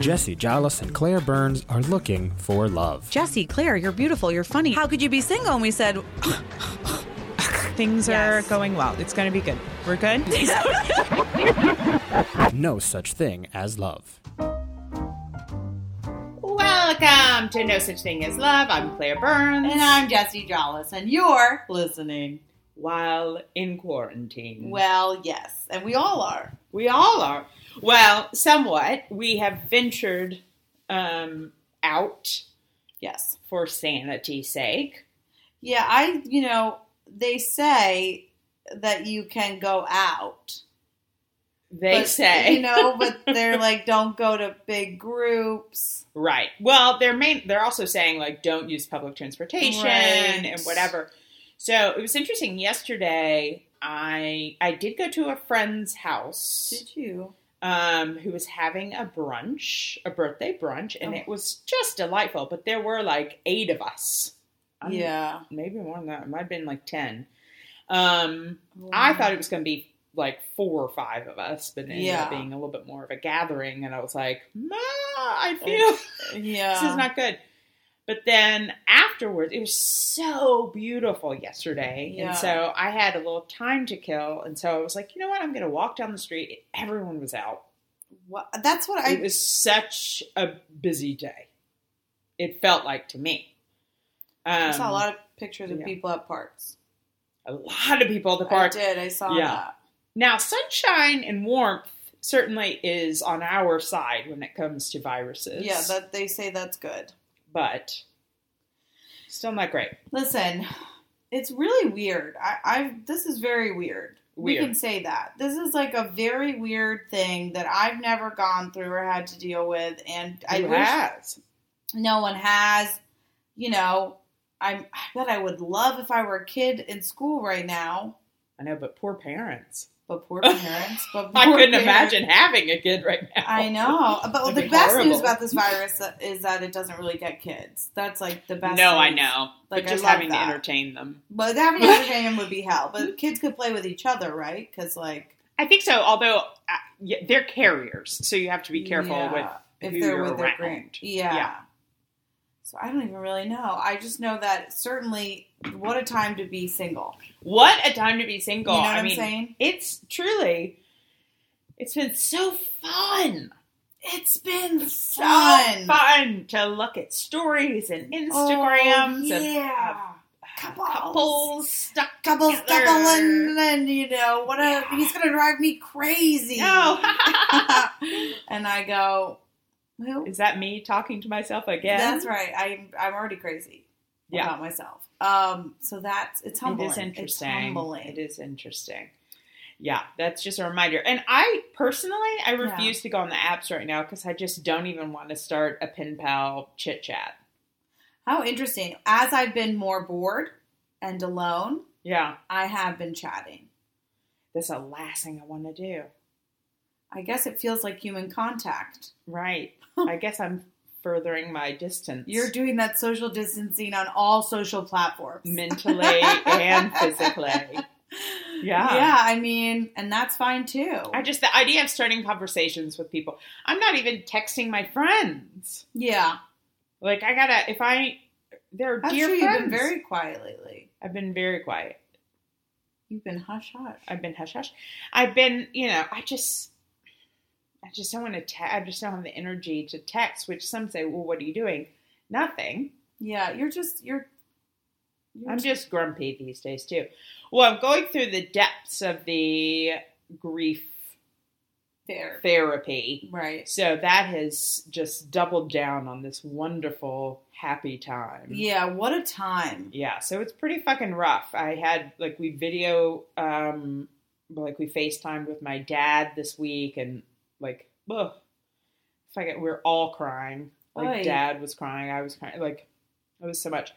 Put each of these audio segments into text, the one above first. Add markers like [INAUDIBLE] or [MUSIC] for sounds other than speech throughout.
Jesse Jollis and Claire Burns are looking for love. Jesse, Claire, you're beautiful. You're funny. How could you be single? And we said, [LAUGHS] Things Yes. are going well. It's going to be good. We're good. No such thing as love. Welcome to No Such Thing as Love. I'm Claire Burns. And I'm Jesse Jollis, and you're listening. While in quarantine. Well, yes, and we all are. we all are. Well, somewhat. We have ventured um, out Yes. for sanity's sake. Yeah, I, you know, they say that you can go out. They but, say. You know, [LAUGHS] but they're like, don't go to big groups. Right. Well, they're main. They're also saying like don't use public transportation Right. and whatever. So it was interesting. Yesterday, I I did go to a friend's house Did you? um, who was having a brunch, a birthday brunch, and Oh. it was just delightful. But there were like eight of us. I'm- yeah. maybe more than that. It might have been like ten. Um, I thought it was going to be like four or five of us, but it ended up Yeah. being a little bit more of a gathering. And I was like, Ma, I feel [LAUGHS] Yeah. this is not good. But then afterwards, it was so beautiful yesterday. Yeah. And so I had a little time to kill. And so I was like, you know what? I'm going to walk down the street. Everyone was out. What, that's what I. it was such a busy day. It felt like to me. Um, I saw a lot of pictures of yeah. people at parks. a lot of people at the I park. did. I saw Yeah. that. Now, sunshine and warmth certainly is on our side when it comes to viruses. Yeah, that they say that's good. but still not great. Listen, it's really weird. I, I this is very weird. Weird. We can say that. This is like a very weird thing that I've never gone through or had to deal with, and I Who wish has? no one has. You know, I'm. I bet I would love if I were a kid in school right now. I know, but poor parents. [LAUGHS] But poor parents. But I poor couldn't parents. imagine having a kid right now. I know, but That'd be the best horrible. news about [LAUGHS] this virus is that it doesn't really get kids. That's like the best. no, I news. know. Like, but I just love having that. to entertain them. But having an entertainment would be hell. But kids could play with each other, right? Because like I think so, although uh, yeah, they're carriers, so you have to be careful yeah, with if who they're you're with their around. grand. Yeah. Yeah. So I don't even really know. I just know that certainly, what a time to be single. what a time to be single. You know what I am mean, saying? it's truly, it's been so fun. It's been so fun. fun to look at stories and Oh, Instagrams and yeah. couples, Couples. [LAUGHS] stuck [LAUGHS] Couples together. coupling, and you know what? A, Yeah. He's gonna drive me crazy. No, [LAUGHS] and I go, who? is that me talking to myself again? That's right. I'm I'm already crazy Yeah. about myself. Um, so that's it's humbling. It is interesting. It's humbling. It is interesting. Yeah, that's just a reminder. And I personally, I Yeah. refuse to go on the apps right now because I just don't even want to start a pen pal chit chat. How interesting. As I've been more bored and alone, Yeah, I have been chatting. that's the last thing I want to do. I guess it feels like human contact. Right. [LAUGHS] I guess I'm furthering my distance. You're doing that social distancing on all social platforms. mentally and physically. Yeah. Yeah, I mean, and that's fine too. I just the idea of starting conversations with people. I'm not even texting my friends. yeah. Like I gotta if I they're That's dear true. You've friends. been very quiet lately. I've been very quiet. You've been hush hush. I've been hush hush. I've been you know I just I just don't want to. Te- I just don't have the energy to text. Which some say, well, what are you doing? Nothing. yeah, you're just you're, you're I'm just grumpy these days too. Well, I'm going through the depths of the grief there. therapy. Right. So that has just doubled down on this wonderful happy time. Yeah, what a time. Yeah, so it's pretty fucking rough. I had like we video um like we FaceTimed with my dad this week and like ugh, fuck it, we we're all crying. Like Oy. dad was crying, I was crying like it was so much.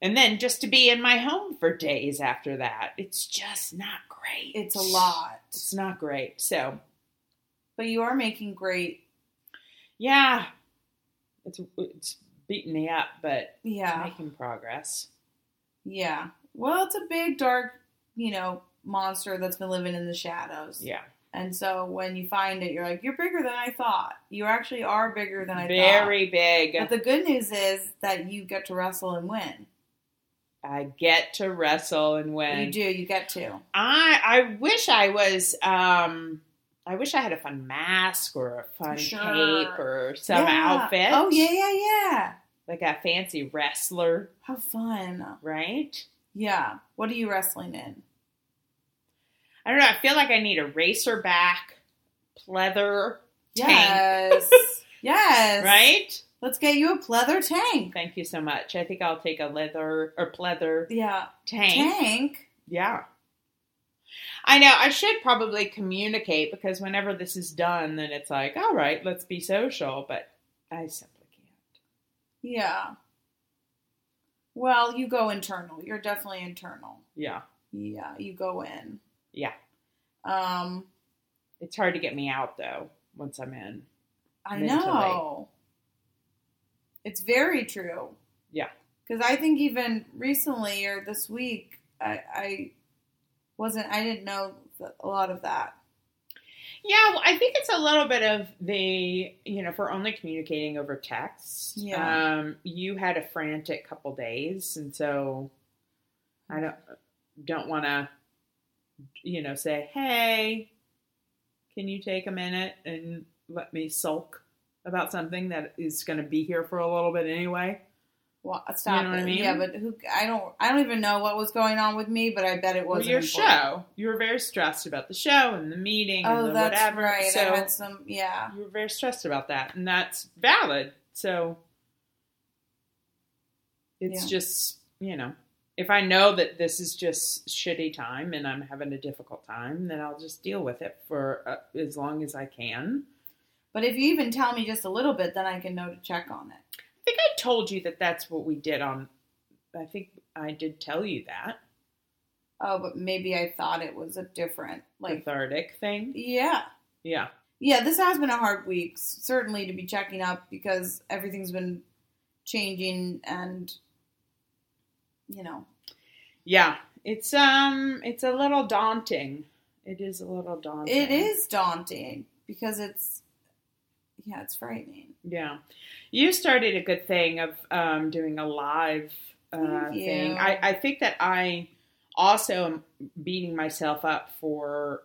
And then just to be in my home for days after that, it's just not great. It's a lot. It's not great. So But you are making great. yeah, it's it's beating me up, but Yeah. making progress. Yeah. Well, it's a big dark, you know, monster that's been living in the shadows. Yeah, And so when you find it, you're like, you're bigger than I thought. You actually are bigger than I Very big. thought. But the good news is that you get to wrestle and win. I get to wrestle and win. you do. You get to. I I wish I was um I wish I had a fun mask or a fun Sure. cape or some Yeah. outfit. Oh yeah, yeah, yeah. Like a fancy wrestler, How fun. right? Yeah. What are you wrestling in? I don't know, I feel like I need a racer back, pleather, [LAUGHS] Yes. yes. right? Let's get you a pleather tank. Thank you so much. I think I'll take a leather or pleather Yeah. tank. Tank. Yeah. I know. I should probably communicate because whenever this is done, then it's like, all right, let's be social. But I simply can't. Yeah. Well, you go internal. You're definitely internal. Yeah. Yeah, you go in. Yeah. Um, It's hard to get me out though once I'm in. I Mentally. know. It's very true. Yeah. Because I think even recently or this week, I, I wasn't, I didn't know th- a lot of that. Yeah, well, I think it's a little bit of the you know, if we're only communicating over text. Yeah. Um, you had a frantic couple days, and so I don't don't want to you know say, hey, can you take a minute and let me sulk about something that is going to be here for a little bit anyway. Well, stop know what I it. mean? uh, Yeah, but who, I don't, I don't even know what was going on with me, but I bet it Well, wasn't your important. show, you were very stressed about the show and the meeting Oh, and the that's whatever. right. So I had some, yeah. you were very stressed about that, and that's valid. So it's Yeah. just, you know, if I know that this is just shitty time and I'm having a difficult time, then I'll just deal with it for uh, as long as I can. But if you even tell me just a little bit, then I can know to check on it. I think I told you that that's what we did on. I think I did tell you that Oh, but maybe I thought it was a different, like, cathartic thing. yeah. Yeah, Yeah, this has been a hard week, s- certainly to be checking up because everything's been changing and, you know, yeah. It's um, it's a little daunting. It is a little daunting. it is daunting because it's, yeah, it's frightening. Yeah, you started a good thing of um, doing a live uh, Thank you. thing. I, I think that I also am beating myself up for,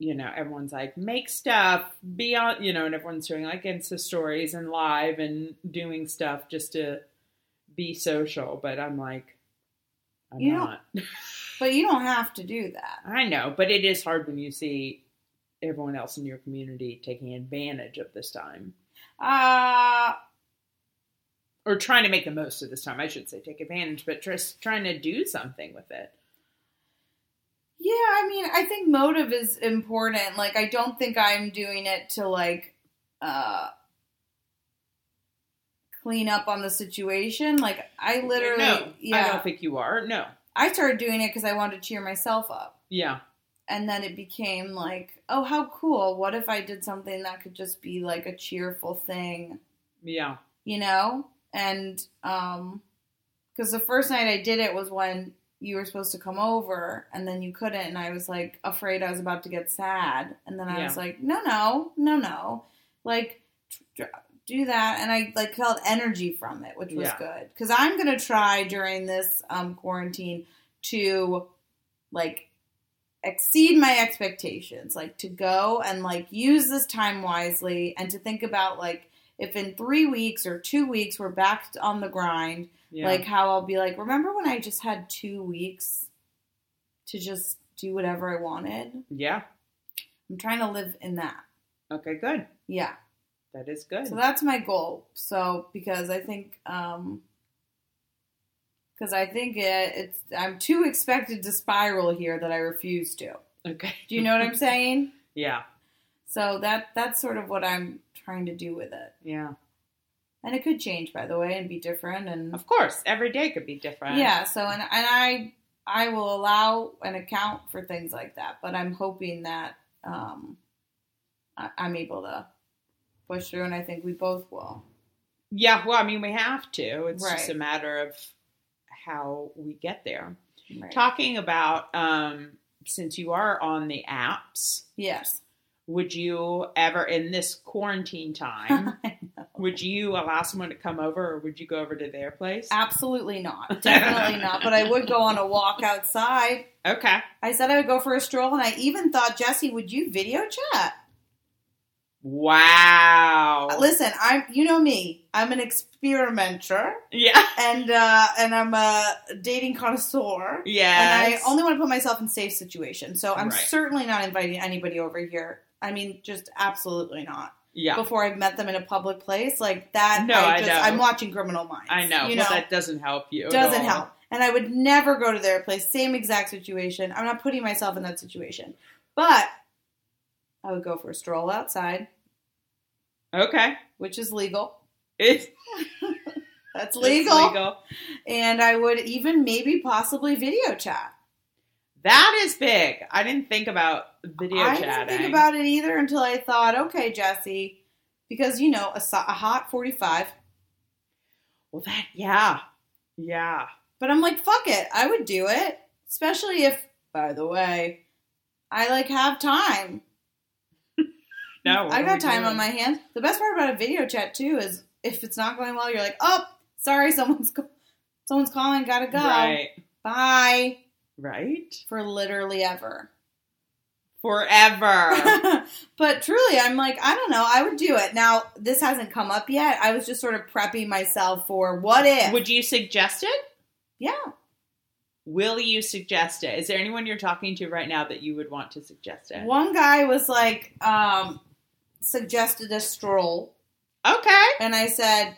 you know, everyone's like make stuff beyond, you know, and everyone's doing like Insta stories and live and doing stuff just to be social. But I'm like, I'm You don't- not. But you don't have to do that. I know, but it is hard when you see everyone else in your community taking advantage of this time. Uh, or trying to make the most of this time. I should say take advantage, but just trying to do something with it. Yeah, I mean, I think motive is important. Like, I don't think I'm doing it to like uh clean up on the situation. Like, I literally, no, yeah, I I, don't think you are. No, started doing it because I wanted to cheer myself up, yeah, and then it became like, oh, how cool! What if I did something that could just be like a cheerful thing, yeah, you know? And um, because the first night I did it was when you were supposed to come over and then you couldn't and i was like afraid i was about to get sad and then i Yeah. was like no no no no like tr- tr- do that and i like felt energy from it which was Yeah. good because i'm gonna try during this um, quarantine to like exceed my expectations like to go and like use this time wisely and to think about like if in three weeks or two weeks we're back on the grind yeah. like how I'll be like, remember when I just had two weeks to just do whatever I wanted? yeah. I'm trying to live in that. Okay, good. Yeah. That is good. So that's my goal. So because I think um because I think it, it's I'm too expected to spiral here that I refuse to. okay, [LAUGHS] Do you know what I'm saying? yeah, So that that's sort of what I'm trying to do with it. yeah. And it could change by the way and be different and Of course, every day could be different. Yeah, so and and I I will allow an account for things like that, but I'm hoping that um I, I'm able to push through and I think we both will. yeah. Well, I mean, we have to. It's just Right. a matter of how we get there. Right. Talking about um, since you are on the apps, Yes. would you ever in this quarantine time [LAUGHS] I know. would you allow someone to come over or would you go over to their place? Uh, Absolutely not. Definitely not. But I would go on a walk outside. Okay. I said I would go for a stroll, and I even thought, Jesse, would you video chat? Wow. Listen, I'm you know me. I'm an experimenter, Yeah. and uh, and I'm a dating connoisseur. Yeah. And I only want to put myself in safe situations, so I'm Right. certainly not inviting anybody over here. I mean, just absolutely not. Yeah. Before I've met them in a public place like that, No, I I just know. I'm watching Criminal Minds. I know. You Well, know, that doesn't help you. at doesn't all. help. And I would never go to their place. Same exact situation. I'm not putting myself in that situation, but I would go for a stroll outside, Okay. which is legal. It's it's That's legal. legal. And I would even maybe possibly video chat. That is big. I didn't think about video I chatting. didn't think about it either until I thought, okay, Jesse, because you know, a, so- a hot 45. well, that yeah, yeah. But I'm like, fuck it, I would do it. Especially if, by the way, I like have time. No, what I are we got time doing? on my hands. The best part about a video chat too is if it's not going well, you're like, oh, sorry, [LAUGHS] someone's co- someone's calling, gotta go, right, bye right, for literally ever. [LAUGHS] forever. but truly, I'm like, I don't know. I would do it. Now, this hasn't come up yet. I was just sort of prepping myself for what if. Would you suggest it? yeah. Will you suggest it? Is there anyone you're talking to right now that you would want to suggest it? One guy was like, um, suggested a stroll. Okay, And I said,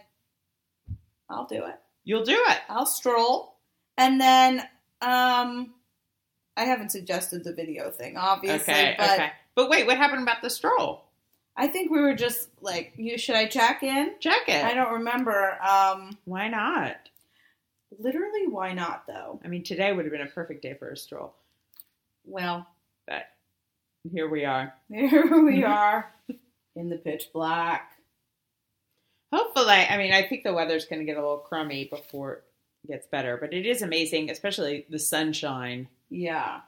I'll do it. you'll do it. I'll stroll. And then, um, I haven't suggested the video thing, obviously. okay, but okay. But wait, what happened about the stroll? I think we were just like, you should I check in? Check it. I don't remember. Um, Why not? literally, why not though? I mean, today would have been a perfect day for a stroll. Well, [LAUGHS] Here we are. There [LAUGHS] we are in the pitch black. Hopefully, I mean, I think the weather's going to get a little crummy before it gets better, but it is amazing, especially the sunshine. Yeah.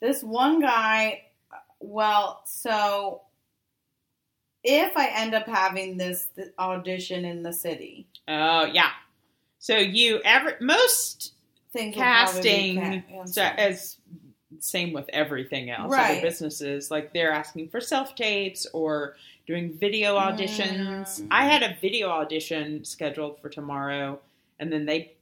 This one guy, well, so if I end up having this, th audition in the city, Oh, yeah. So you ever most things will probably be casting ca- so as same with everything else. Other Right. businesses like they're asking for self tapes or doing video auditions. Mm. I had a video audition scheduled for tomorrow, and then they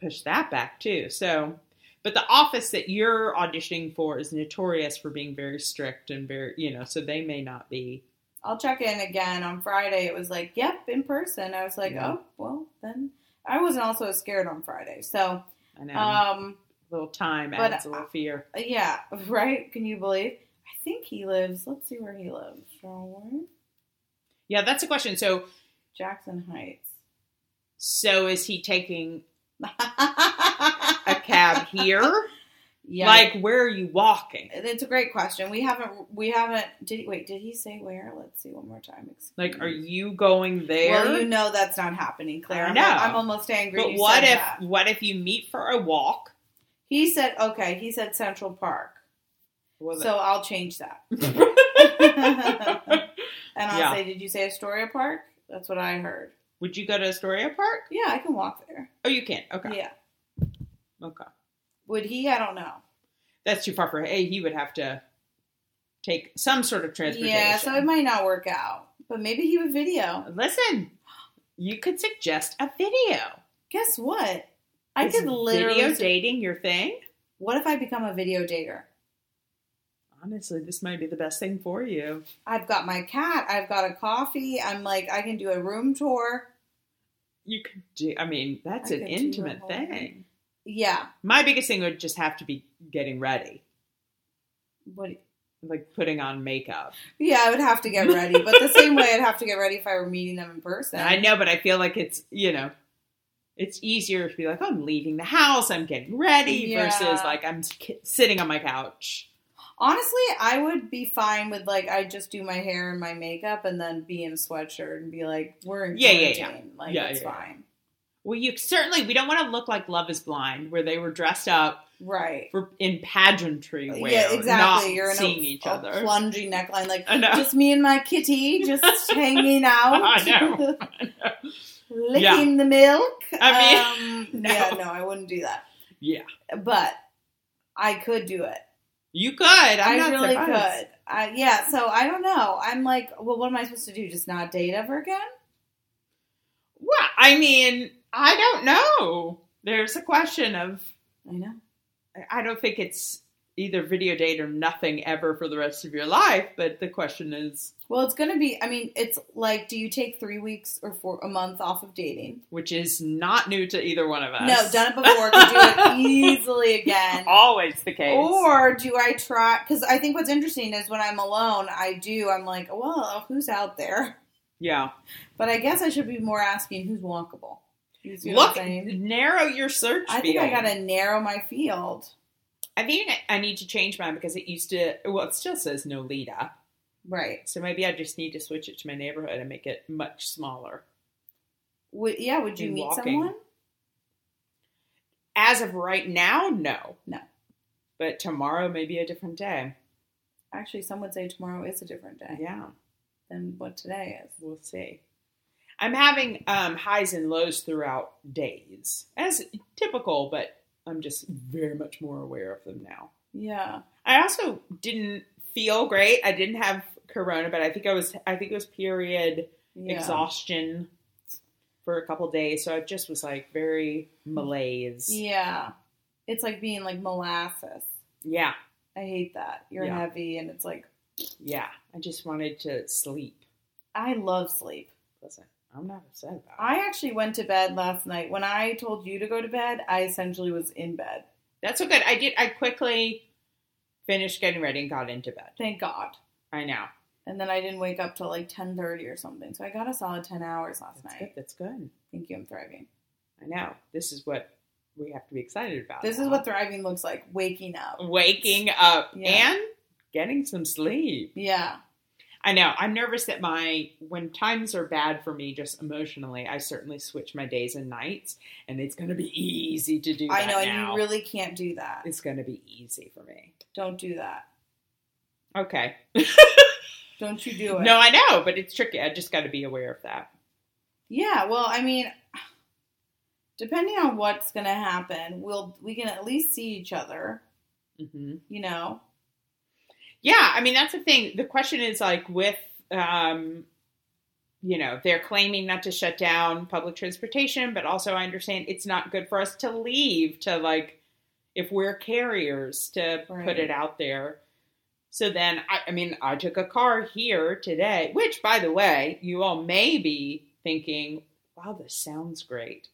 pushed that back too. So. But the office that you're auditioning for is notorious for being very strict and very, you know, so they may not be. I'll check in again on Friday. It was like, yep, in person. I was like, Yeah. oh, well, then I wasn't also scared on Friday. So, I know. um, a little time but adds a little fear. yeah, [LAUGHS] right? Can you believe? I think he lives, let's see where he lives. Shall we? Yeah, that's a question. So Jackson Heights. [LAUGHS] So is he taking a [LAUGHS] cab here? yeah, Like where are you walking? it's a great question. We haven't, we haven't. Did he, wait? Did he say where? Let's see one more time. Excuse Like are me. you going there? Mm. Well, you know that's not happening, Claire. I I'm, know. I'm almost angry. but you what said if that. what if you meet for a walk? he said? Okay, he said Central Park. Well, so I'll [LAUGHS] change that. [LAUGHS] then- and I'll Yeah. say, did you say Astoria Park? That's what I heard. would you go to Astoria Park? Yeah, I can walk there. Oh, you can't. Okay. Yeah. Okay. Would he? I don't know. That's too far for hey, he would have to take some sort of transportation. Yeah, so it might not work out. But maybe he would video. Listen. You could suggest a video. Guess what? I Is could literally video dating your thing. What if I become a video dater? Honestly, this might be the best thing for you. I've got my cat, I've got a coffee, I'm like, I can do a room tour. You could do. I mean, that's I an could do a intimate whole- thing. Yeah. My biggest thing would just have to be getting ready, What, like putting on makeup. yeah, I would have to get ready. But the same way I'd have to get ready if I were meeting them in [LAUGHS] person. I know, but I feel like it's, you know, it's easier to be like, I'm leaving the house, I'm getting ready, Yeah. versus like I'm ki- sitting on my couch. Honestly, I would be fine with like I just do my hair and my makeup and then be in a sweatshirt and be like, we're in Yeah, yeah, yeah. quarantine. Like Yeah, it's yeah, yeah. fine. Well, you certainly we don't want to look like Love Is Blind, where they were dressed up Right. for in pageantry wear, yeah, exactly. not You're in seeing a, each a other. plunging neckline, like I know. just me and my kitty, [LAUGHS] just hanging out. I know. Licking Yeah. the milk. I [LAUGHS] mean, no. yeah, no, I wouldn't do that. Yeah. but I could do it. You could. I'm I not really surprised. could. I, yeah, so I don't know. I'm like, well, what am I supposed to do? Just not date ever again? Well, I mean, I don't know. There's a question of I know. I don't think it's either video date or nothing ever for the rest of your life, but the question is Well, it's gonna be. I mean, it's like, do you take three weeks or four a month off of dating? which is not new to either one of us. No, done it before. [LAUGHS] Could do it easily again. Always the case. Or do I try? Because I think what's interesting is when I'm alone, I do. I'm like, well, who's out there? yeah. But I guess I should be more asking who's walkable. You see what I'm Look, saying? narrow your search. I think I field. gotta narrow my field. I think I need to change mine because it used to. Well, it still says no lead up, Right. so maybe I just need to switch it to my neighborhood and make it much smaller. Would, yeah. Would you In meet walking. someone? As of right now, no, No. But tomorrow, maybe a different day. Actually, some would say tomorrow is a different day Yeah, than what today is. we'll see. I'm having um, highs and lows throughout days, as typical, but I'm just very much more aware of them now. Yeah. I also didn't feel great. I didn't have corona, but I think I was. I think it was period. Yeah. exhaustion for a couple days. So I just was like very malaise. Yeah. It's like being like molasses. Yeah. I hate that. You're Yeah. heavy, and it's like yeah. I just wanted to sleep. I love sleep. Listen, I'm not upset about it. I actually went to bed last night. When I told you to go to bed, I essentially was in bed. That's so good. I did. I quickly finished getting ready and got into bed. Thank God. I know. And then I didn't wake up till like ten thirty or something. So I got a solid ten hours last That's good. night. That's good. Thank you. I'm thriving. I know. This is what we have to be excited about. This now. Mm. is what thriving looks like. Waking up. waking up Yeah. and getting some sleep. Yeah. I know. I'm nervous that my when times are bad for me just emotionally, I certainly switch my days and nights, and it's going to be easy to do. I that know. And now. you really can't do that. it's going to be easy for me. Don't do that. Okay. Don't you do it. No, I know, but it's tricky. I just got to be aware of that. Yeah, well, I mean, depending on what's going to happen, we'll we can at least see each other, hmm you know. Yeah, I mean that's the thing. The question is like with, um, you know, they're claiming not to shut down public transportation, but also I understand it's not good for us to leave to like if we're carriers to Right. put it out there. So then, I, I mean, I took a car here today, which, by the way, you all may be thinking, "Wow, this sounds great."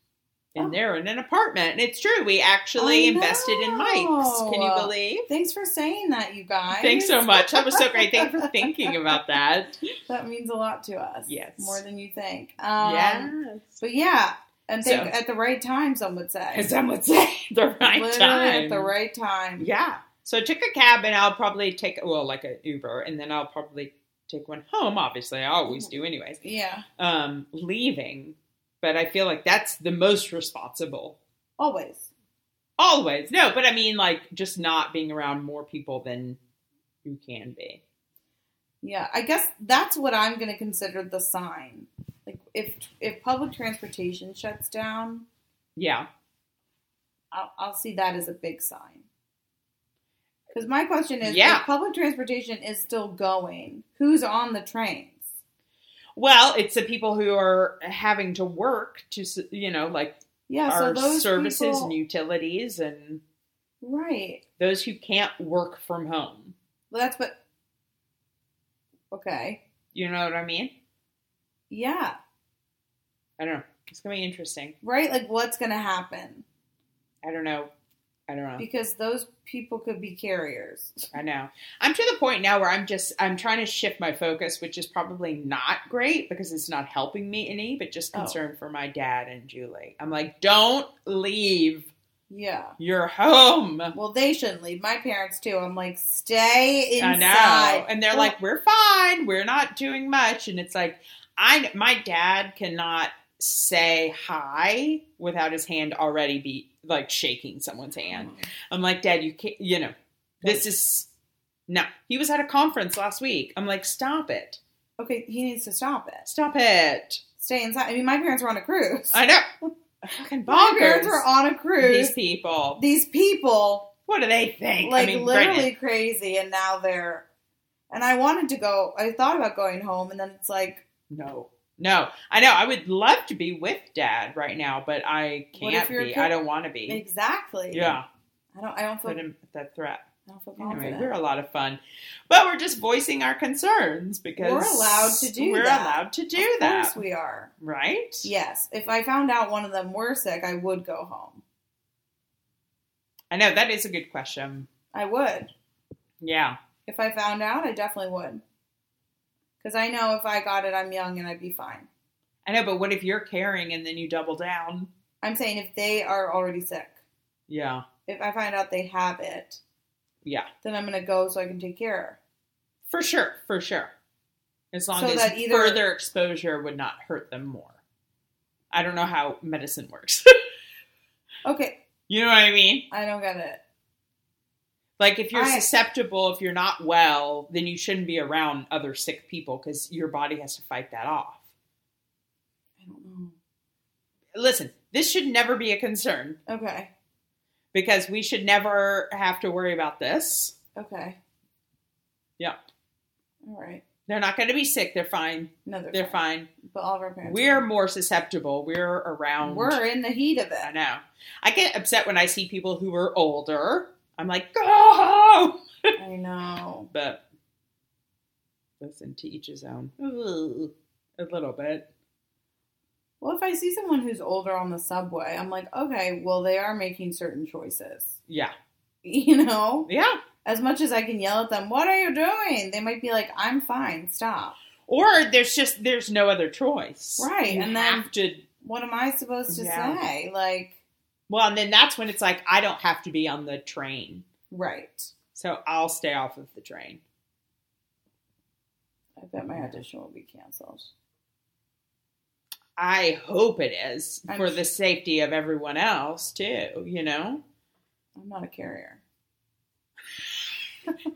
And Oh. they're in an apartment, and it's true. We actually I invested in mics. Can you know. believe? Thanks for saying that, you guys. Thanks so much. That was so great. Thank you for thinking about that. [LAUGHS] That means a lot to us. Yes. more than you think. Um, yes. But yeah, and think So- at the right time, some would say. As I would say, the right Literally time. At the right time. Yeah. So I took a cab and I'll probably take, well, like an Uber, and then I'll probably take one home. Obviously, I always Mm-hmm. do, anyways. Yeah. Um, leaving. But I feel like that's the most responsible. Always. Always. No, but I mean, like, just not being around more people than you can be. Yeah, I guess that's what I'm going to consider the sign. Like if if public transportation shuts down, Yeah. I'll, I'll see that as a big sign. Because my question is, Yeah. if public transportation is still going, who's on the trains? Well, it's the people who are having to work to, s- you know, like, Yeah, our so those services people, and utilities and right? those who can't work from home. Well, that's what. Okay, You know what I mean? yeah, I don't know. It's gonna be interesting. right. Like, what's going to happen? I don't know. I don't know. Because those people could be carriers. I know. I'm to the point now where I'm just I'm trying to shift my focus, which is probably not great because it's not helping me any, but just Oh. concern for my dad and Julie. I'm like, don't leave Yeah. your home. Well, they shouldn't leave. My parents too. I'm like, stay I inside. know. And they're Well, like, we're fine. We're not doing much. And it's like, I, my dad cannot say hi without his hand already be like shaking someone's hand. Mm-hmm. I'm like, Dad, you can't, you know, this is no. He was at a conference last week. I'm like, stop it. Okay, he needs to stop it. Stop it. Stay inside. I mean, my parents were on a cruise. I [LAUGHS] know. Fucking my parents bonkers. were on a These cruise. people. These people, What do they think? like, I mean, literally Brittany- crazy, and now they're. And I wanted to go. I thought about going home, and then it's like, No. No. I know. I would love to be with Dad right now, but I What if can't you're a be. kid? I don't want to be. exactly. Yeah. I don't. I don't feel. Put him at that threat. I don't feel confident. Anyway, we're a lot of fun, but we're just voicing our concerns because We're allowed to do We're that. allowed to do of that, course we are. right? Yes. If I found out one of them were sick, I would go home. I know that is a good question. I would. Yeah, If I found out, I definitely would. Because I know if I got it, I'm young and I'd be fine. I know, but what if you're caring and then you double down? I'm saying if they are already sick, Yeah, if I find out they have it, yeah, then I'm going to go so I can take care for sure, for sure. As long So as that either- further exposure would not hurt them more. I don't know how medicine works. [LAUGHS] of her. Okay. you know what I mean? I don't get it. Like if you're I- susceptible, if you're not well, then you shouldn't be around other sick people because your body has to fight that off. I Mm. don't Listen, this should never be a concern know. Okay. because we should never have to worry about this. Okay. Yeah. All right. They're not going to be sick. They're fine. No, they're, They're fine. But all of our parents. We're more susceptible. We're around. we're in the heat of I it. know. I get upset when I see people who are older. I'm like, go! I know. But listen, to each his own. Ooh, a little bit. Well, if I see someone who's older on the subway, I'm like, okay, well, they are making certain choices. [LAUGHS] Yeah. You know? Yeah. As much as I can yell at them, what are you doing? They might be like, I'm fine, stop. or there's just there's no other choice Right, you and then- have to What am I supposed to Yeah. say? Like, well and then that's when it's like i don't have to be on the train right. so i'll stay off of the train I bet my audition will be canceled. i hope it is I'm for sure- the safety of everyone else too you know I'm not a carrier.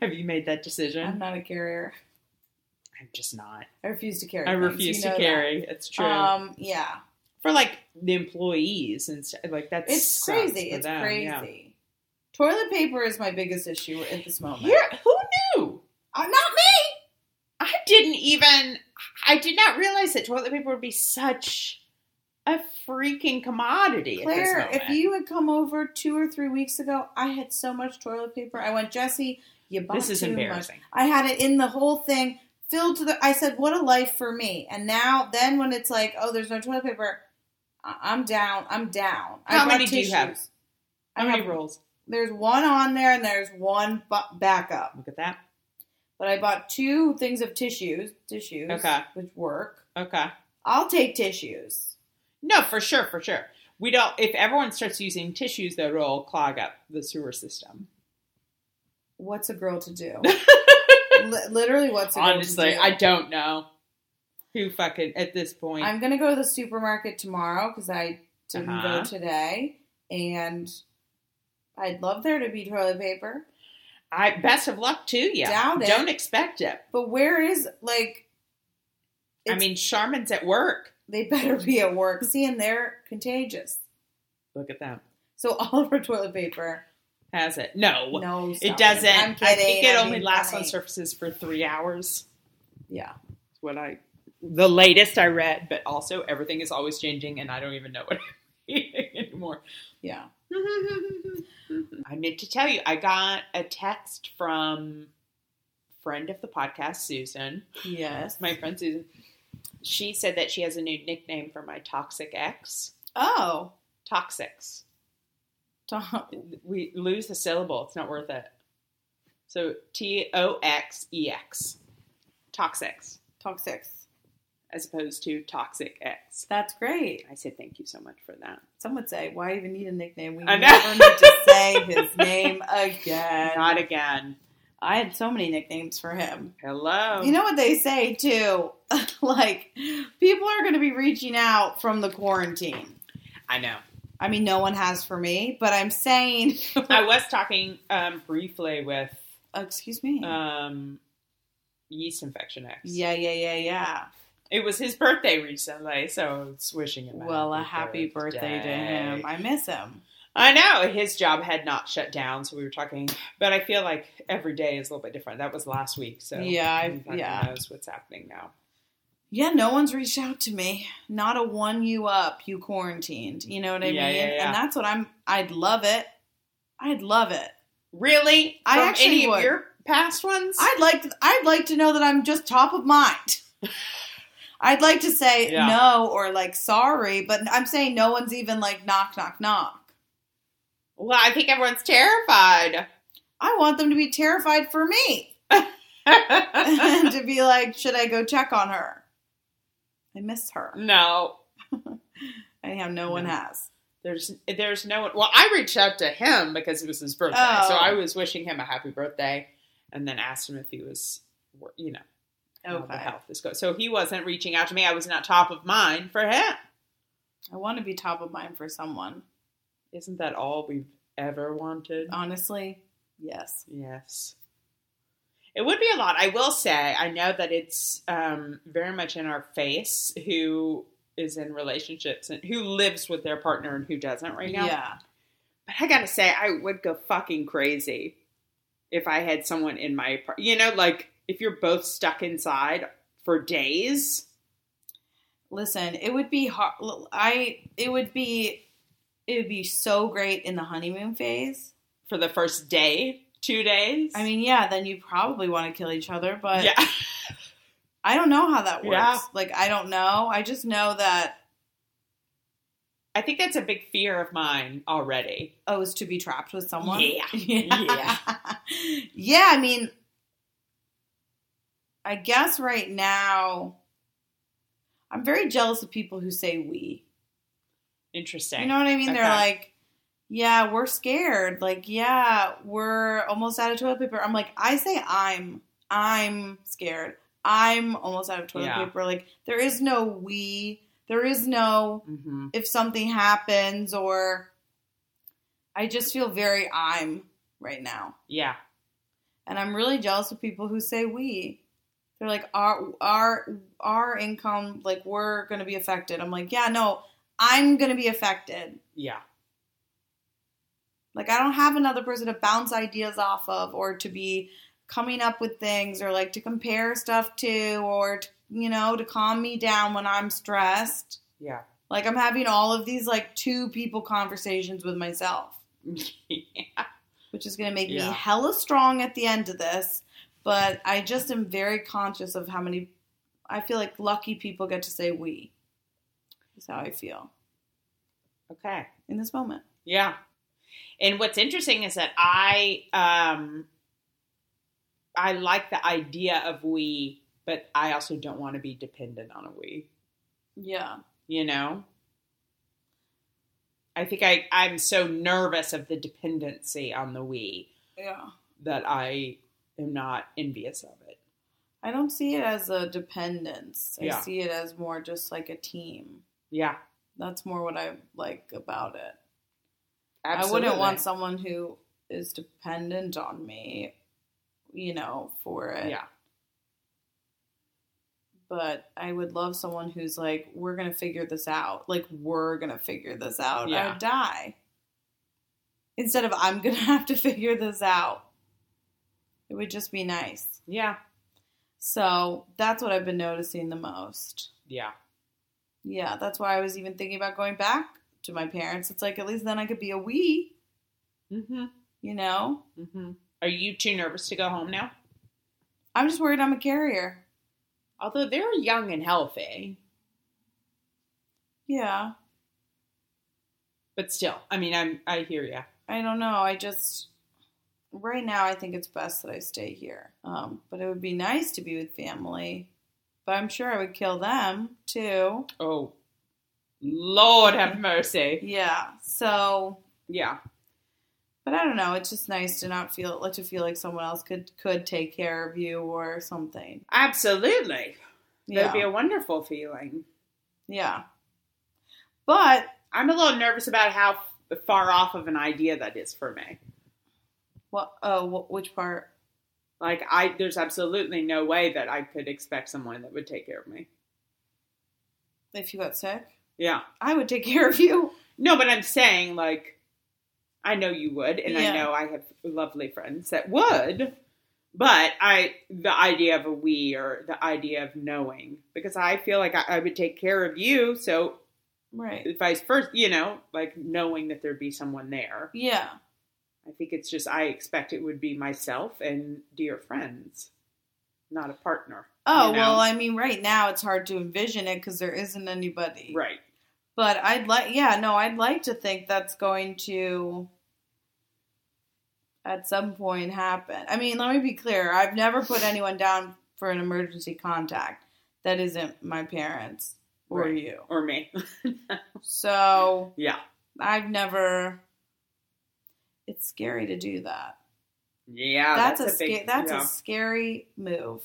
have you made that decision I'm not a carrier. I'm just not I refuse to carry. i things, refuse you know to that. carry it's true Um, yeah, for like the employees and stuff like that's it's crazy. It's crazy. Toilet paper is my biggest issue at this moment. Here, who knew Uh, not me. I didn't even I did not realize that toilet paper would be such a freaking commodity. at this Claire, if moment. you had come over two or three weeks ago, I had so much toilet paper. I went, Jesse, you bought this is too much. embarrassing. I had it in the whole thing filled to the. I said, "What a life for me!" And now, then when it's like, "Oh, there's no toilet paper," I- I'm down. I'm down. I How brought many do you have? tissues. How I many have- rolls? There's one on there, and there's one bu- backup. Look at that. But I bought two things of tissues, tissues, Okay. which work. Okay. I'll take tissues. No, for sure, for sure. We don't if everyone starts using tissues though, it'll clog up the sewer system. What's a girl [LAUGHS] to do? Li- literally, what's a girl Honestly, to do? I don't know. Who fucking at this point I'm gonna go to the supermarket tomorrow because I didn't Uh-huh. go today, and I'd love there to be toilet paper. I best of luck to you. Doubt it. Don't expect it. But where is like? I mean Charmin's at work. they better be at work. Seeing they're contagious, Look at that. so [LAUGHS] all of our toilet paper. Has it? No. No, It stop doesn't. I'm I kidding. think it I'm only being lasts funny. on surfaces for three hours. Yeah, Is What I, the latest I read, but also everything is always changing, and I don't even know what [LAUGHS] I'm reading anymore. yeah. I meant to tell you, I got a text from friend of the podcast, Susan. Yes. My friend Susan. She said that she has a new nickname for my toxic ex. Oh, Toxics. Tom. We lose the syllable. It's not worth it. So T O X E X. Toxics. Talk six. as opposed to Toxic X. That's great. I said thank you so much for that. Some would say, why even need a nickname? We I know. never need to say his name again. Not again. I had so many nicknames for him. Hello. You know what they say too? [LAUGHS] like, people are going to be reaching out from the quarantine. I know. I mean, no one has for me, but I'm saying. [LAUGHS] I was talking um, briefly with Excuse me. um, yeast infection X. yeah, yeah, yeah, yeah. It was his birthday recently, so I was wishing him. Well, a happy birthday. to him. I miss him. I know his job had not shut down, so we were talking. But I feel like every day is a little bit different. That was last week, so Yeah, I- who fucking yeah. knows what's happening now. Yeah, no one's reached out to me. Not a one you up, you quarantined. You know what I Yeah, mean? yeah, yeah. And that's what I'm. I'd love it. I'd love it. Really, I From actually any would. of your past ones. I'd like. To, I'd like to know that I'm just top of mind. [LAUGHS] I'd like to say Yeah. no or like sorry, but I'm saying no one's even like knock, knock, knock. well, I think everyone's terrified. [LAUGHS] I want them to be terrified for me [LAUGHS] and to be like, should I go check on her? I miss her. Mm. no, Anyhow, no one No. has. there's there's no one. Well, I reached out to him because it was his birthday, Oh. so I was wishing him a happy birthday, and then asked him if he was, wor- you know, how the health is going. So he wasn't reaching out to me. I was not top of mind for him. I want to be top of mind for someone. Isn't that all we've ever wanted? Oh. Honestly, yes. Yes. It would be a lot. I will say, I know that it's um, very much in our face who is in relationships and who lives with their partner and who doesn't right now. Yeah. But I gotta say, I would go fucking crazy if I had someone in my apart- You know, like if you're both stuck inside for days. Listen, it would be hard. I. It would be. It would be so great in the honeymoon phase. for the first day, two days. [LAUGHS] I mean, yeah. Then you probably want to kill each other, but yeah, I don't know how that works. Yeah. Like, I don't know. I just know that I think that's a big fear of mine already. oh, is to be trapped with someone. Yeah. [LAUGHS] yeah. Yeah, I mean, I guess right now, I'm very jealous of people who say we. Interesting. You know what I mean? They're Okay. like, yeah, we're scared. Like, yeah, we're almost out of toilet paper. I'm like, I say I'm. I'm scared. I'm almost out of toilet Yeah. paper. Like, there is no we. There is no hmm if something happens or. I just feel very I'm right now. Yeah, And I'm really jealous of people who say we. They're like our our our income like we're going to be affected. I'm like, yeah, no, I'm going to be affected. yeah, Like I don't have another person to bounce ideas off of or to be coming up with things or like to compare stuff to or to, you know, to calm me down when I'm stressed. yeah. Like I'm having all of these like two people conversations with myself, [LAUGHS] which is going to make Yeah. me hella strong at the end of this. But I just am very conscious of how many I feel like lucky people get to say we. Is how I feel okay, in this moment. yeah. And what's interesting is that I, um, I like the idea of we, but I also don't want to be dependent on a we. Yeah. you know i think i i'm so nervous of the dependency on the we Yeah. that i am not envious of it I don't see it as a dependence. I Yeah. see it as more just like a team. yeah That's more what I like about it. absolutely. I wouldn't want someone who is dependent on me, you know, for it. yeah But I would love someone who's like, we're going to figure this out. Like, we're going to figure this out. I Yeah. would die. Instead of, I'm going to [LAUGHS] have to figure this out. It would just be nice. yeah So that's what I've been noticing the most. yeah Yeah, that's why I was even thinking about going back to my parents. It's like, at least then I could be a we, mm-hmm. you know? Mm-hmm. are you too nervous to go home now I'm just worried I'm a carrier. although they're young and healthy Yeah. but still i mean i'm i hear you I don't know. I just right now I think it's best that I stay here. Um, but it would be nice to be with family. But I'm sure I would kill them too. oh lord have mercy Yeah. So yeah But I don't know. It's just nice to not feel like to feel like someone else could could take care of you or something. Absolutely. That'd Yeah, be a wonderful feeling. yeah. But I'm a little nervous about how f- far off of an idea that is for me. what? Oh, wh- which part? Like I there's absolutely no way that I could expect someone that would take care of me. If you got sick, Yeah. I would take [LAUGHS] care of you. No, but I'm saying like I know you would and I Yeah. know I have lovely friends that would, but I the idea of a we or the idea of knowing because I feel like I, I would take care of you, so Right. vice versa, you know, like knowing that there'd be someone there. Yeah. I think it's just I expect it would be myself and dear friends, not a partner. Oh, you know? well, I mean, right now it's hard to envision it because there isn't anybody. right. But I'd like, yeah, no, I'd like to think that's going to at some point happen. I mean, let me be clear. I've never put anyone down for an emergency contact that isn't my parents or Right. you. Or me. [LAUGHS] So yeah. I've never. It's scary to do that. Yeah. that's, That's, a, sca- big that's yeah. a scary move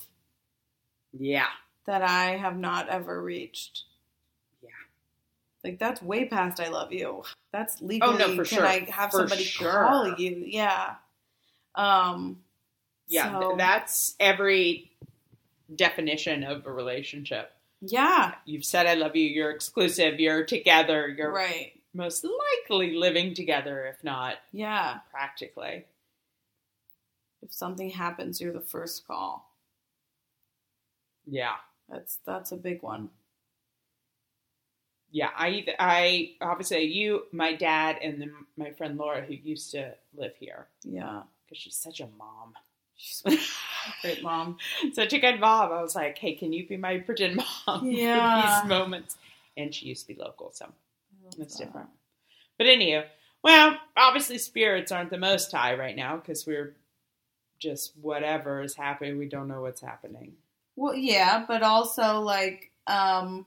yeah. that I have not ever reached. Yeah. Like that's way past I love you. That's legally Oh, no, for can sure. I have For somebody sure. call you? Yeah. Um Yeah. th- so- that's every definition of a relationship. Yeah, You've said I love you, you're exclusive, you're together, you're right. most likely living together, if not Yeah. practically. If something happens, you're the first call. Yeah. That's that's a big one. yeah, I either, I obviously you, my dad, and then my friend Laura who used to live here Yeah. because she's such a mom, She's great mom. [LAUGHS] such a good mom. I was like, hey, can you be my pretend mom Yeah. for these moments? And she used to be local, so that's different. But anyhow, well, obviously spirits aren't the most high right now because we're just whatever is happening. We don't know what's happening. Well, yeah, but also like um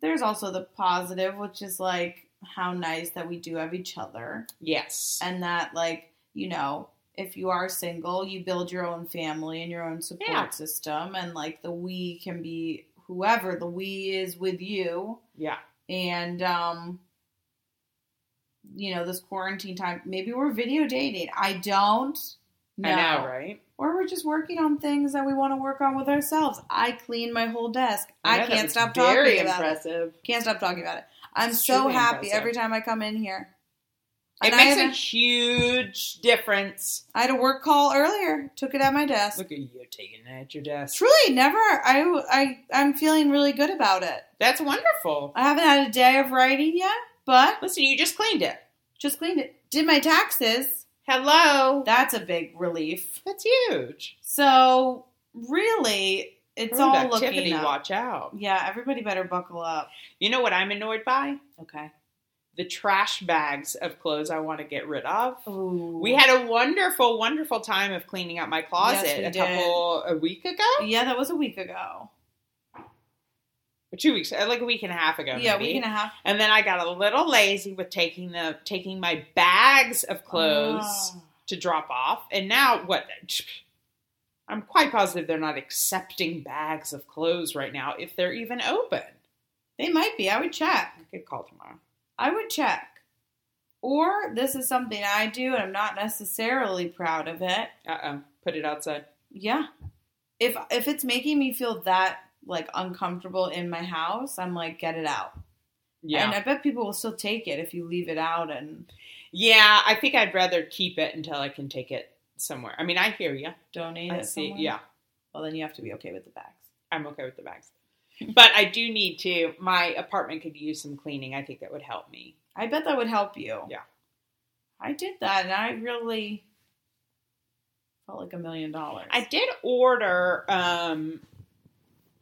there's also the positive, which is like how nice that we do have each other. Yes, and that like you know if you are single you build your own family and your own support Yeah. system and like the we can be whoever the we is with you yeah, and um you know this quarantine time maybe we're video dating i don't know, I know, right? or we're just working on things that we want to work on with ourselves i clean my whole desk i, know, that can't was stop talking Very about it impressive. can't stop talking about it i'm It's so truly happy impressive. every time i come in here It And I makes a haven't- huge difference. I had a work call earlier. Took it at my desk. Look at you taking it at your desk. Truly, never. I, I, I'm feeling really good about it. That's wonderful. I haven't had a day of writing yet, but Listen, you just cleaned it. just cleaned it. Did my taxes. Hello. That's a big relief. That's huge. So really, it's all Productivity, looking up. watch out. Yeah, everybody better buckle up. You know what I'm annoyed by? Okay. The trash bags of clothes I want to get rid of. Ooh. We had a wonderful, wonderful time of cleaning out my closet Yes, we a did. couple a week ago, Yeah, that was a week ago. Or two weeks, like a week and a half ago. yeah, maybe. week and a half. And then I got a little lazy with taking the taking my bags of clothes. Oh. to drop off. And now what? I'm quite positive they're not accepting bags of clothes right now if they're even open. They might be. I would check. I could call tomorrow. I would check. Or this is something I do, and I'm not necessarily proud of it. Uh oh. Put it outside. Yeah. If if it's making me feel that like uncomfortable in my house, I'm like, get it out. Yeah. And I bet people will still take it if you leave it out and yeah, I think I'd rather keep it until I can take it somewhere. I mean, I hear you. donate I it. see. somewhere. Yeah. Well, then you have to be okay with the bags. I'm okay with the bags. But I do need to. My apartment could use some cleaning. I think that would help me. I bet that would help you. Yeah. I did that, and I really felt like a million dollars. I did order. Um,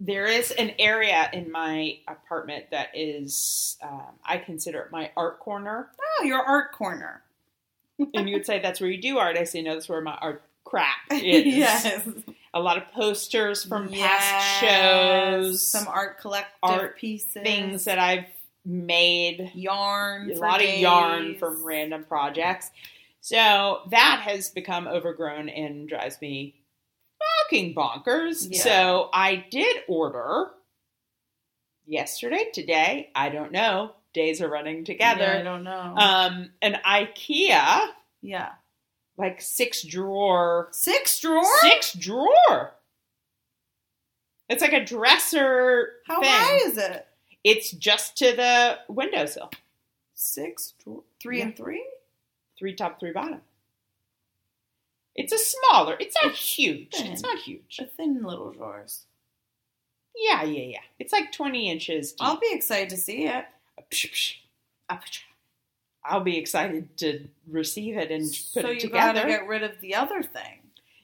there is an area in my apartment that is, um, I consider it my art corner. Oh, your art corner. and you would say that's where you do art. I say no, that's where my art [LAUGHS] crap is. [LAUGHS] yes. A lot of posters from past Yes. shows, some art collective Art pieces, things that I've made yarn. a for lot of days. yarn from random projects. So that has become overgrown and drives me fucking bonkers. Yeah. So I did order yesterday, today, I don't know. Days are running Yeah, I together. don't know. um, an IKEA, yeah, like six drawer, six drawer. six drawer. It's like a dresser How thing. high is it? It's just to the windowsill. Six drawer. Three Yeah. and three. three top, three bottom. It's a smaller. It's not huge. It's not huge. A thin little drawers. Yeah, yeah, yeah. It's like twenty inches. Deep. I'll be excited to see it. Psh, psh. Up- I'll be excited to receive it and put So it you gotta together. get rid of the other thing.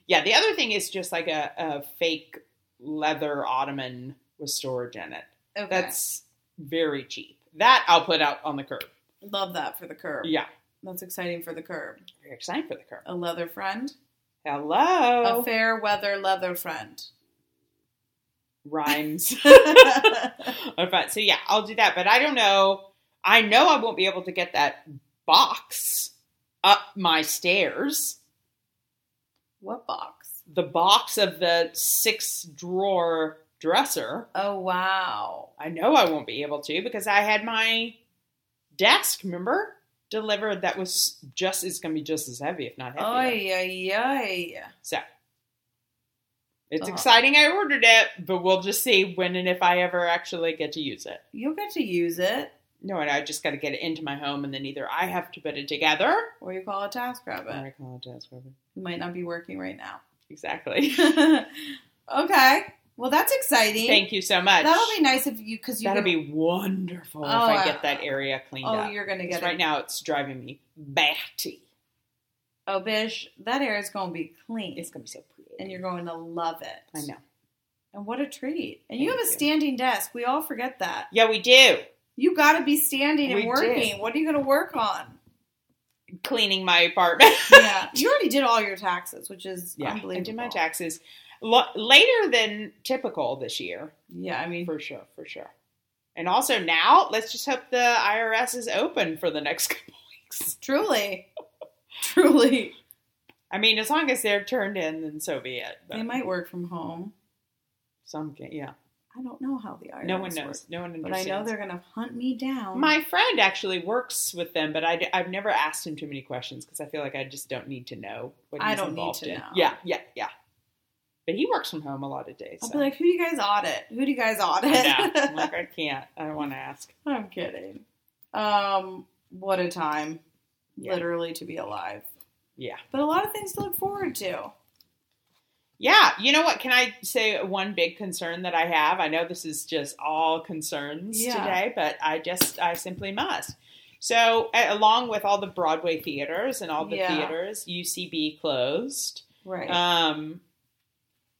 Yeah. The other thing is just like a, a fake leather ottoman with storage in it. Okay. That's very cheap. That I'll put out on the curb. Love that for the curb. Yeah. That's exciting for the curb. Very excited for the curb. A leather friend. A Hello. fair weather [LAUGHS] leather friend. [LAUGHS] Rhymes. yeah. [LAUGHS] in front. So yeah, I'll do that. But I don't know. I know I won't be able to get that box up my stairs. What box? The box of the six drawer dresser. Oh wow. I know I won't be able to because I had my desk, remember, delivered that was just it's gonna be just as heavy, if not Oh heavier. yeah, yeah. So it's Uh-huh. exciting I ordered it, but we'll just see when and if I ever actually get to use it. You'll get to use it, No, and I just gotta get it into my home and then either I have to put it together or you call a task rabbit. I apologize, Robert. You might not be working right now. Exactly. [LAUGHS] okay. Well, that's exciting. Thank you so much. That'll be nice if you because you. That'll can- be wonderful Oh, if I I- get that area cleaned Oh, up. you're gonna 'Cause get right it. now it's driving me batty. Oh, bish, that air is gonna be clean, It's gonna be so pretty. and you're going to love it. I know. And what a treat! And you Thank have a you. standing desk. We all forget that. Yeah, we do. You got to be standing We and do. working. What are you gonna work on? [LAUGHS] Cleaning my [LAUGHS] apartment. yeah, you already did all your taxes, which is yeah, unbelievable. I did my taxes Lo- later than typical this year, Yeah, I [LAUGHS] mean, for sure, for sure. And also now, let's just hope the IRS is open for the next [LAUGHS] couple weeks. truly, truly, I mean, as long as they're turned in, then so be it. But they might work from home. Some, can, yeah. I don't know how the IRS No one knows. works, No one but I understands. know they're gonna hunt me down. My friend actually works with them, but I, have never asked him too many questions because I feel like I just don't need to know what he's I don't need involved to in. know. Yeah, yeah, yeah. But he works from home a lot of days. I'll so- be like, [LAUGHS] who do you guys audit? Who do you guys audit? I [LAUGHS] know. I'm like, I can't. I don't want to ask. I'm kidding. Um, what a time, Yeah. literally, to be alive. Yeah. But a lot of things to look forward to. Yeah. You know what? Can I say one big concern that I have? I know this is just all concerns Yeah. today, but I just, I simply must. So, a- along with all the Broadway theaters and all the Yeah. theaters, UCB closed. Right. um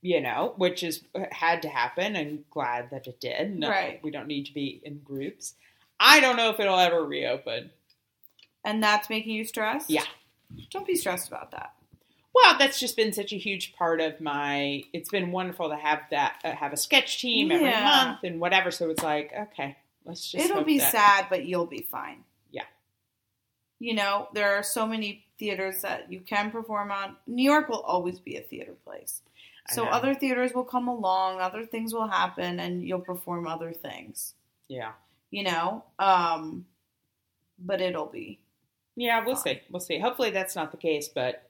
you know which is had to happen and glad that it did no, Right. we don't need to be in groups i don't know if it'll ever reopen and that's making you stressed. Yeah. Don't be stressed about that. well that's just been such a huge part of my it's been wonderful to have that uh, have a sketch team every Yeah. month and whatever so it's like okay let's just It'll hope be that- sad, but you'll be fine. Yeah. You know, there are so many theaters that you can perform on. New York will always be a theater place. I So know. other theaters will come along, other things will happen, and you'll perform other things. yeah You know? Um but it'll be. yeah we'll Fine. see we'll see hopefully that's not the case but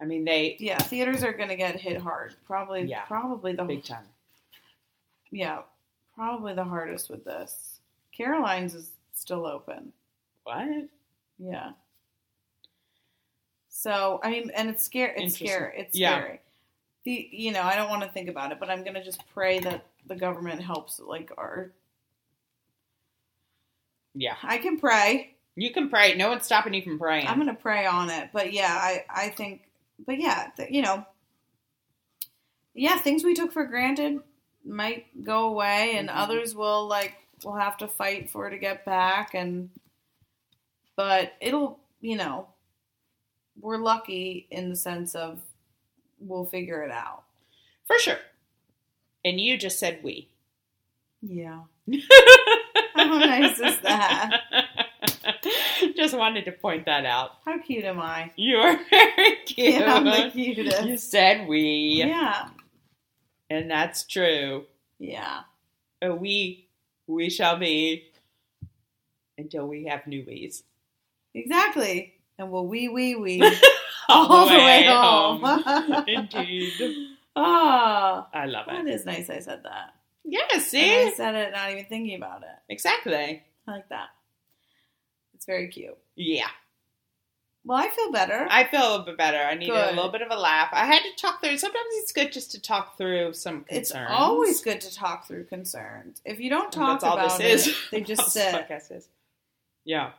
i mean they Yeah, theaters are gonna get hit hard. Probably Yeah. probably the big time yeah, probably the hardest with this. Caroline's is still open. what Yeah. So I mean, and it's scary. It's Interesting. scary. It's Yeah. scary. The you know I don't want to think about it, but I'm gonna just pray that the government helps. Like our, yeah I can pray. you can pray no one's stopping you from praying I'm gonna pray on it. But yeah, I I think. But yeah, th- you know. Yeah, things we took for granted might go away, and Mhm. others will like will have to fight for to get back. And but it'll you know we're lucky in the sense of we'll figure it out For sure. And you just said we. yeah i'm [LAUGHS] How nice is that? [LAUGHS] Just wanted to point that out. How cute am I? You are very [LAUGHS] cute. Yeah, [LAUGHS] I'm the cutest. you said we, Yeah. and that's true. Yeah. Uh, we we shall be until we have new we's. Exactly. And we'll wee wee [LAUGHS] wee all the way home. [LAUGHS] Indeed. Ah, I love that it. is nice. I said that. Yeah, And see? I said it, not even thinking about it. Exactly. I like that. It's very cute. Yeah. Well, I feel better. I feel a little bit better. I needed a Good. little bit of a laugh. I had to talk through. Sometimes it's good just to talk through some it's concerns. always good to talk through concerns. If you don't And talk that's all about this it, is. [LAUGHS] they just uh, That's what sit. podcast is. Yeah.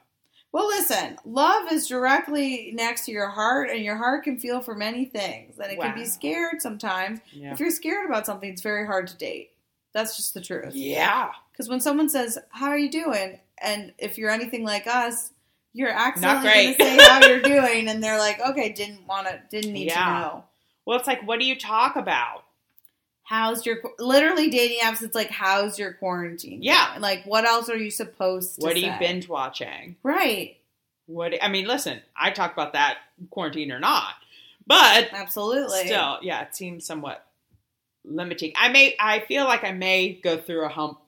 Well, listen, love is directly next to your heart, and your heart can feel for many things. And it can Wow. be scared sometimes. Yeah. If you're scared about something, it's very hard to date. That's just the truth. Yeah. Because when someone says, "How are you doing?" and if you're anything like us, you're accidentally great. going to say how you're doing, and they're like, "Okay, didn't want to, didn't need Yeah. to know." Well, it's like, what do you talk about? How's your qu- literally dating apps? It's like, "How's your quarantine?" Yeah. going?" like what else are you supposed to? What are you say? binge watching? Right, What I mean, listen, I talk about that quarantine or not, but absolutely. still, yeah, it seems somewhat limiting. I may, I feel like I may go through a hump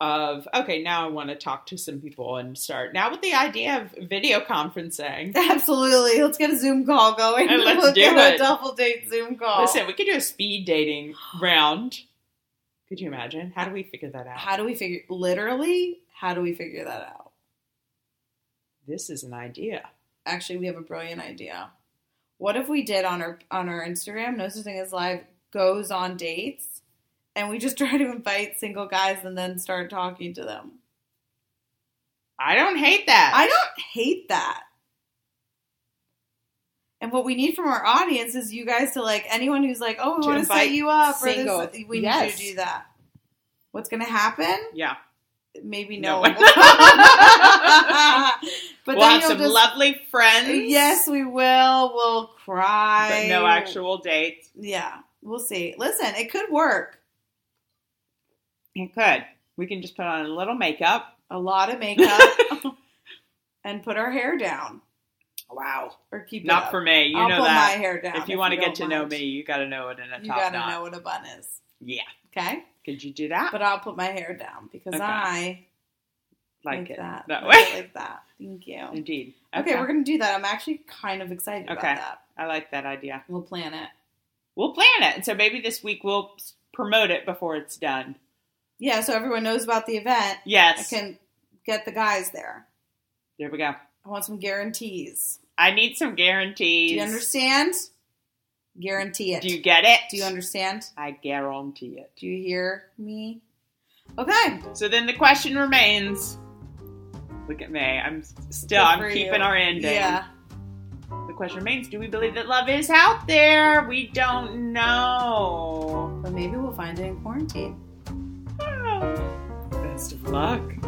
of okay, now I want to talk to some people and start now with the idea of video conferencing. [LAUGHS] Absolutely. Let's get a Zoom call going. And [LAUGHS] let's do get it. a double date Zoom call. Listen, we could do a speed dating round. Could you imagine? How do we figure that out? how do we figure? Literally, how do we figure that out? this is an idea. actually we have a brilliant idea. What if we did on our on our Instagram, no such thing as live goes on dates, and we just [LAUGHS] try to invite single guys and then start talking to them. I don't hate that. I don't hate that. And what we need from our audience is you guys to like anyone who's like, oh, we To want to invite set you up or single- this, we need Yes. you to do that. What's going to happen? yeah, Maybe No no. one. one. [LAUGHS] but we'll then have you'll some just lovely friends. Yes, we will. We'll cry. but no actual dates. Yeah, we'll see. Listen, it could work. It could. We can just put on a little makeup. A lot of makeup [LAUGHS] and put our hair down Wow. or keep it Not up. for me. You I'll know put that. my hair down. if you want to get to don't know mind. me, you got to know it in a you top gotta knot. know what a bun is. Yeah. Okay, Could you do that? but I'll put my hair down because Okay. I like, it that. that, Like it [LAUGHS] way. like that. [LAUGHS] Thank you. Okay. Indeed. we're gonna do that. I'm actually kind of excited Okay. about that. I like that idea. We'll plan it. We'll plan it. And so maybe this week we'll s- promote it before it's done. Yeah, so everyone knows about the event. I Yes. can get the guys there. There we go. I want some guarantees. I need some guarantees. Do you understand? Guarantee it. Do you get it? Do you understand? I guarantee it. Do you hear me? Okay. So then the question remains. Look at me. I'm s- still. Good I'm for keeping you. our ending. Yeah. The question remains: Do we believe that love is out there? We don't know. But maybe we'll find it in quarantine. Best of luck.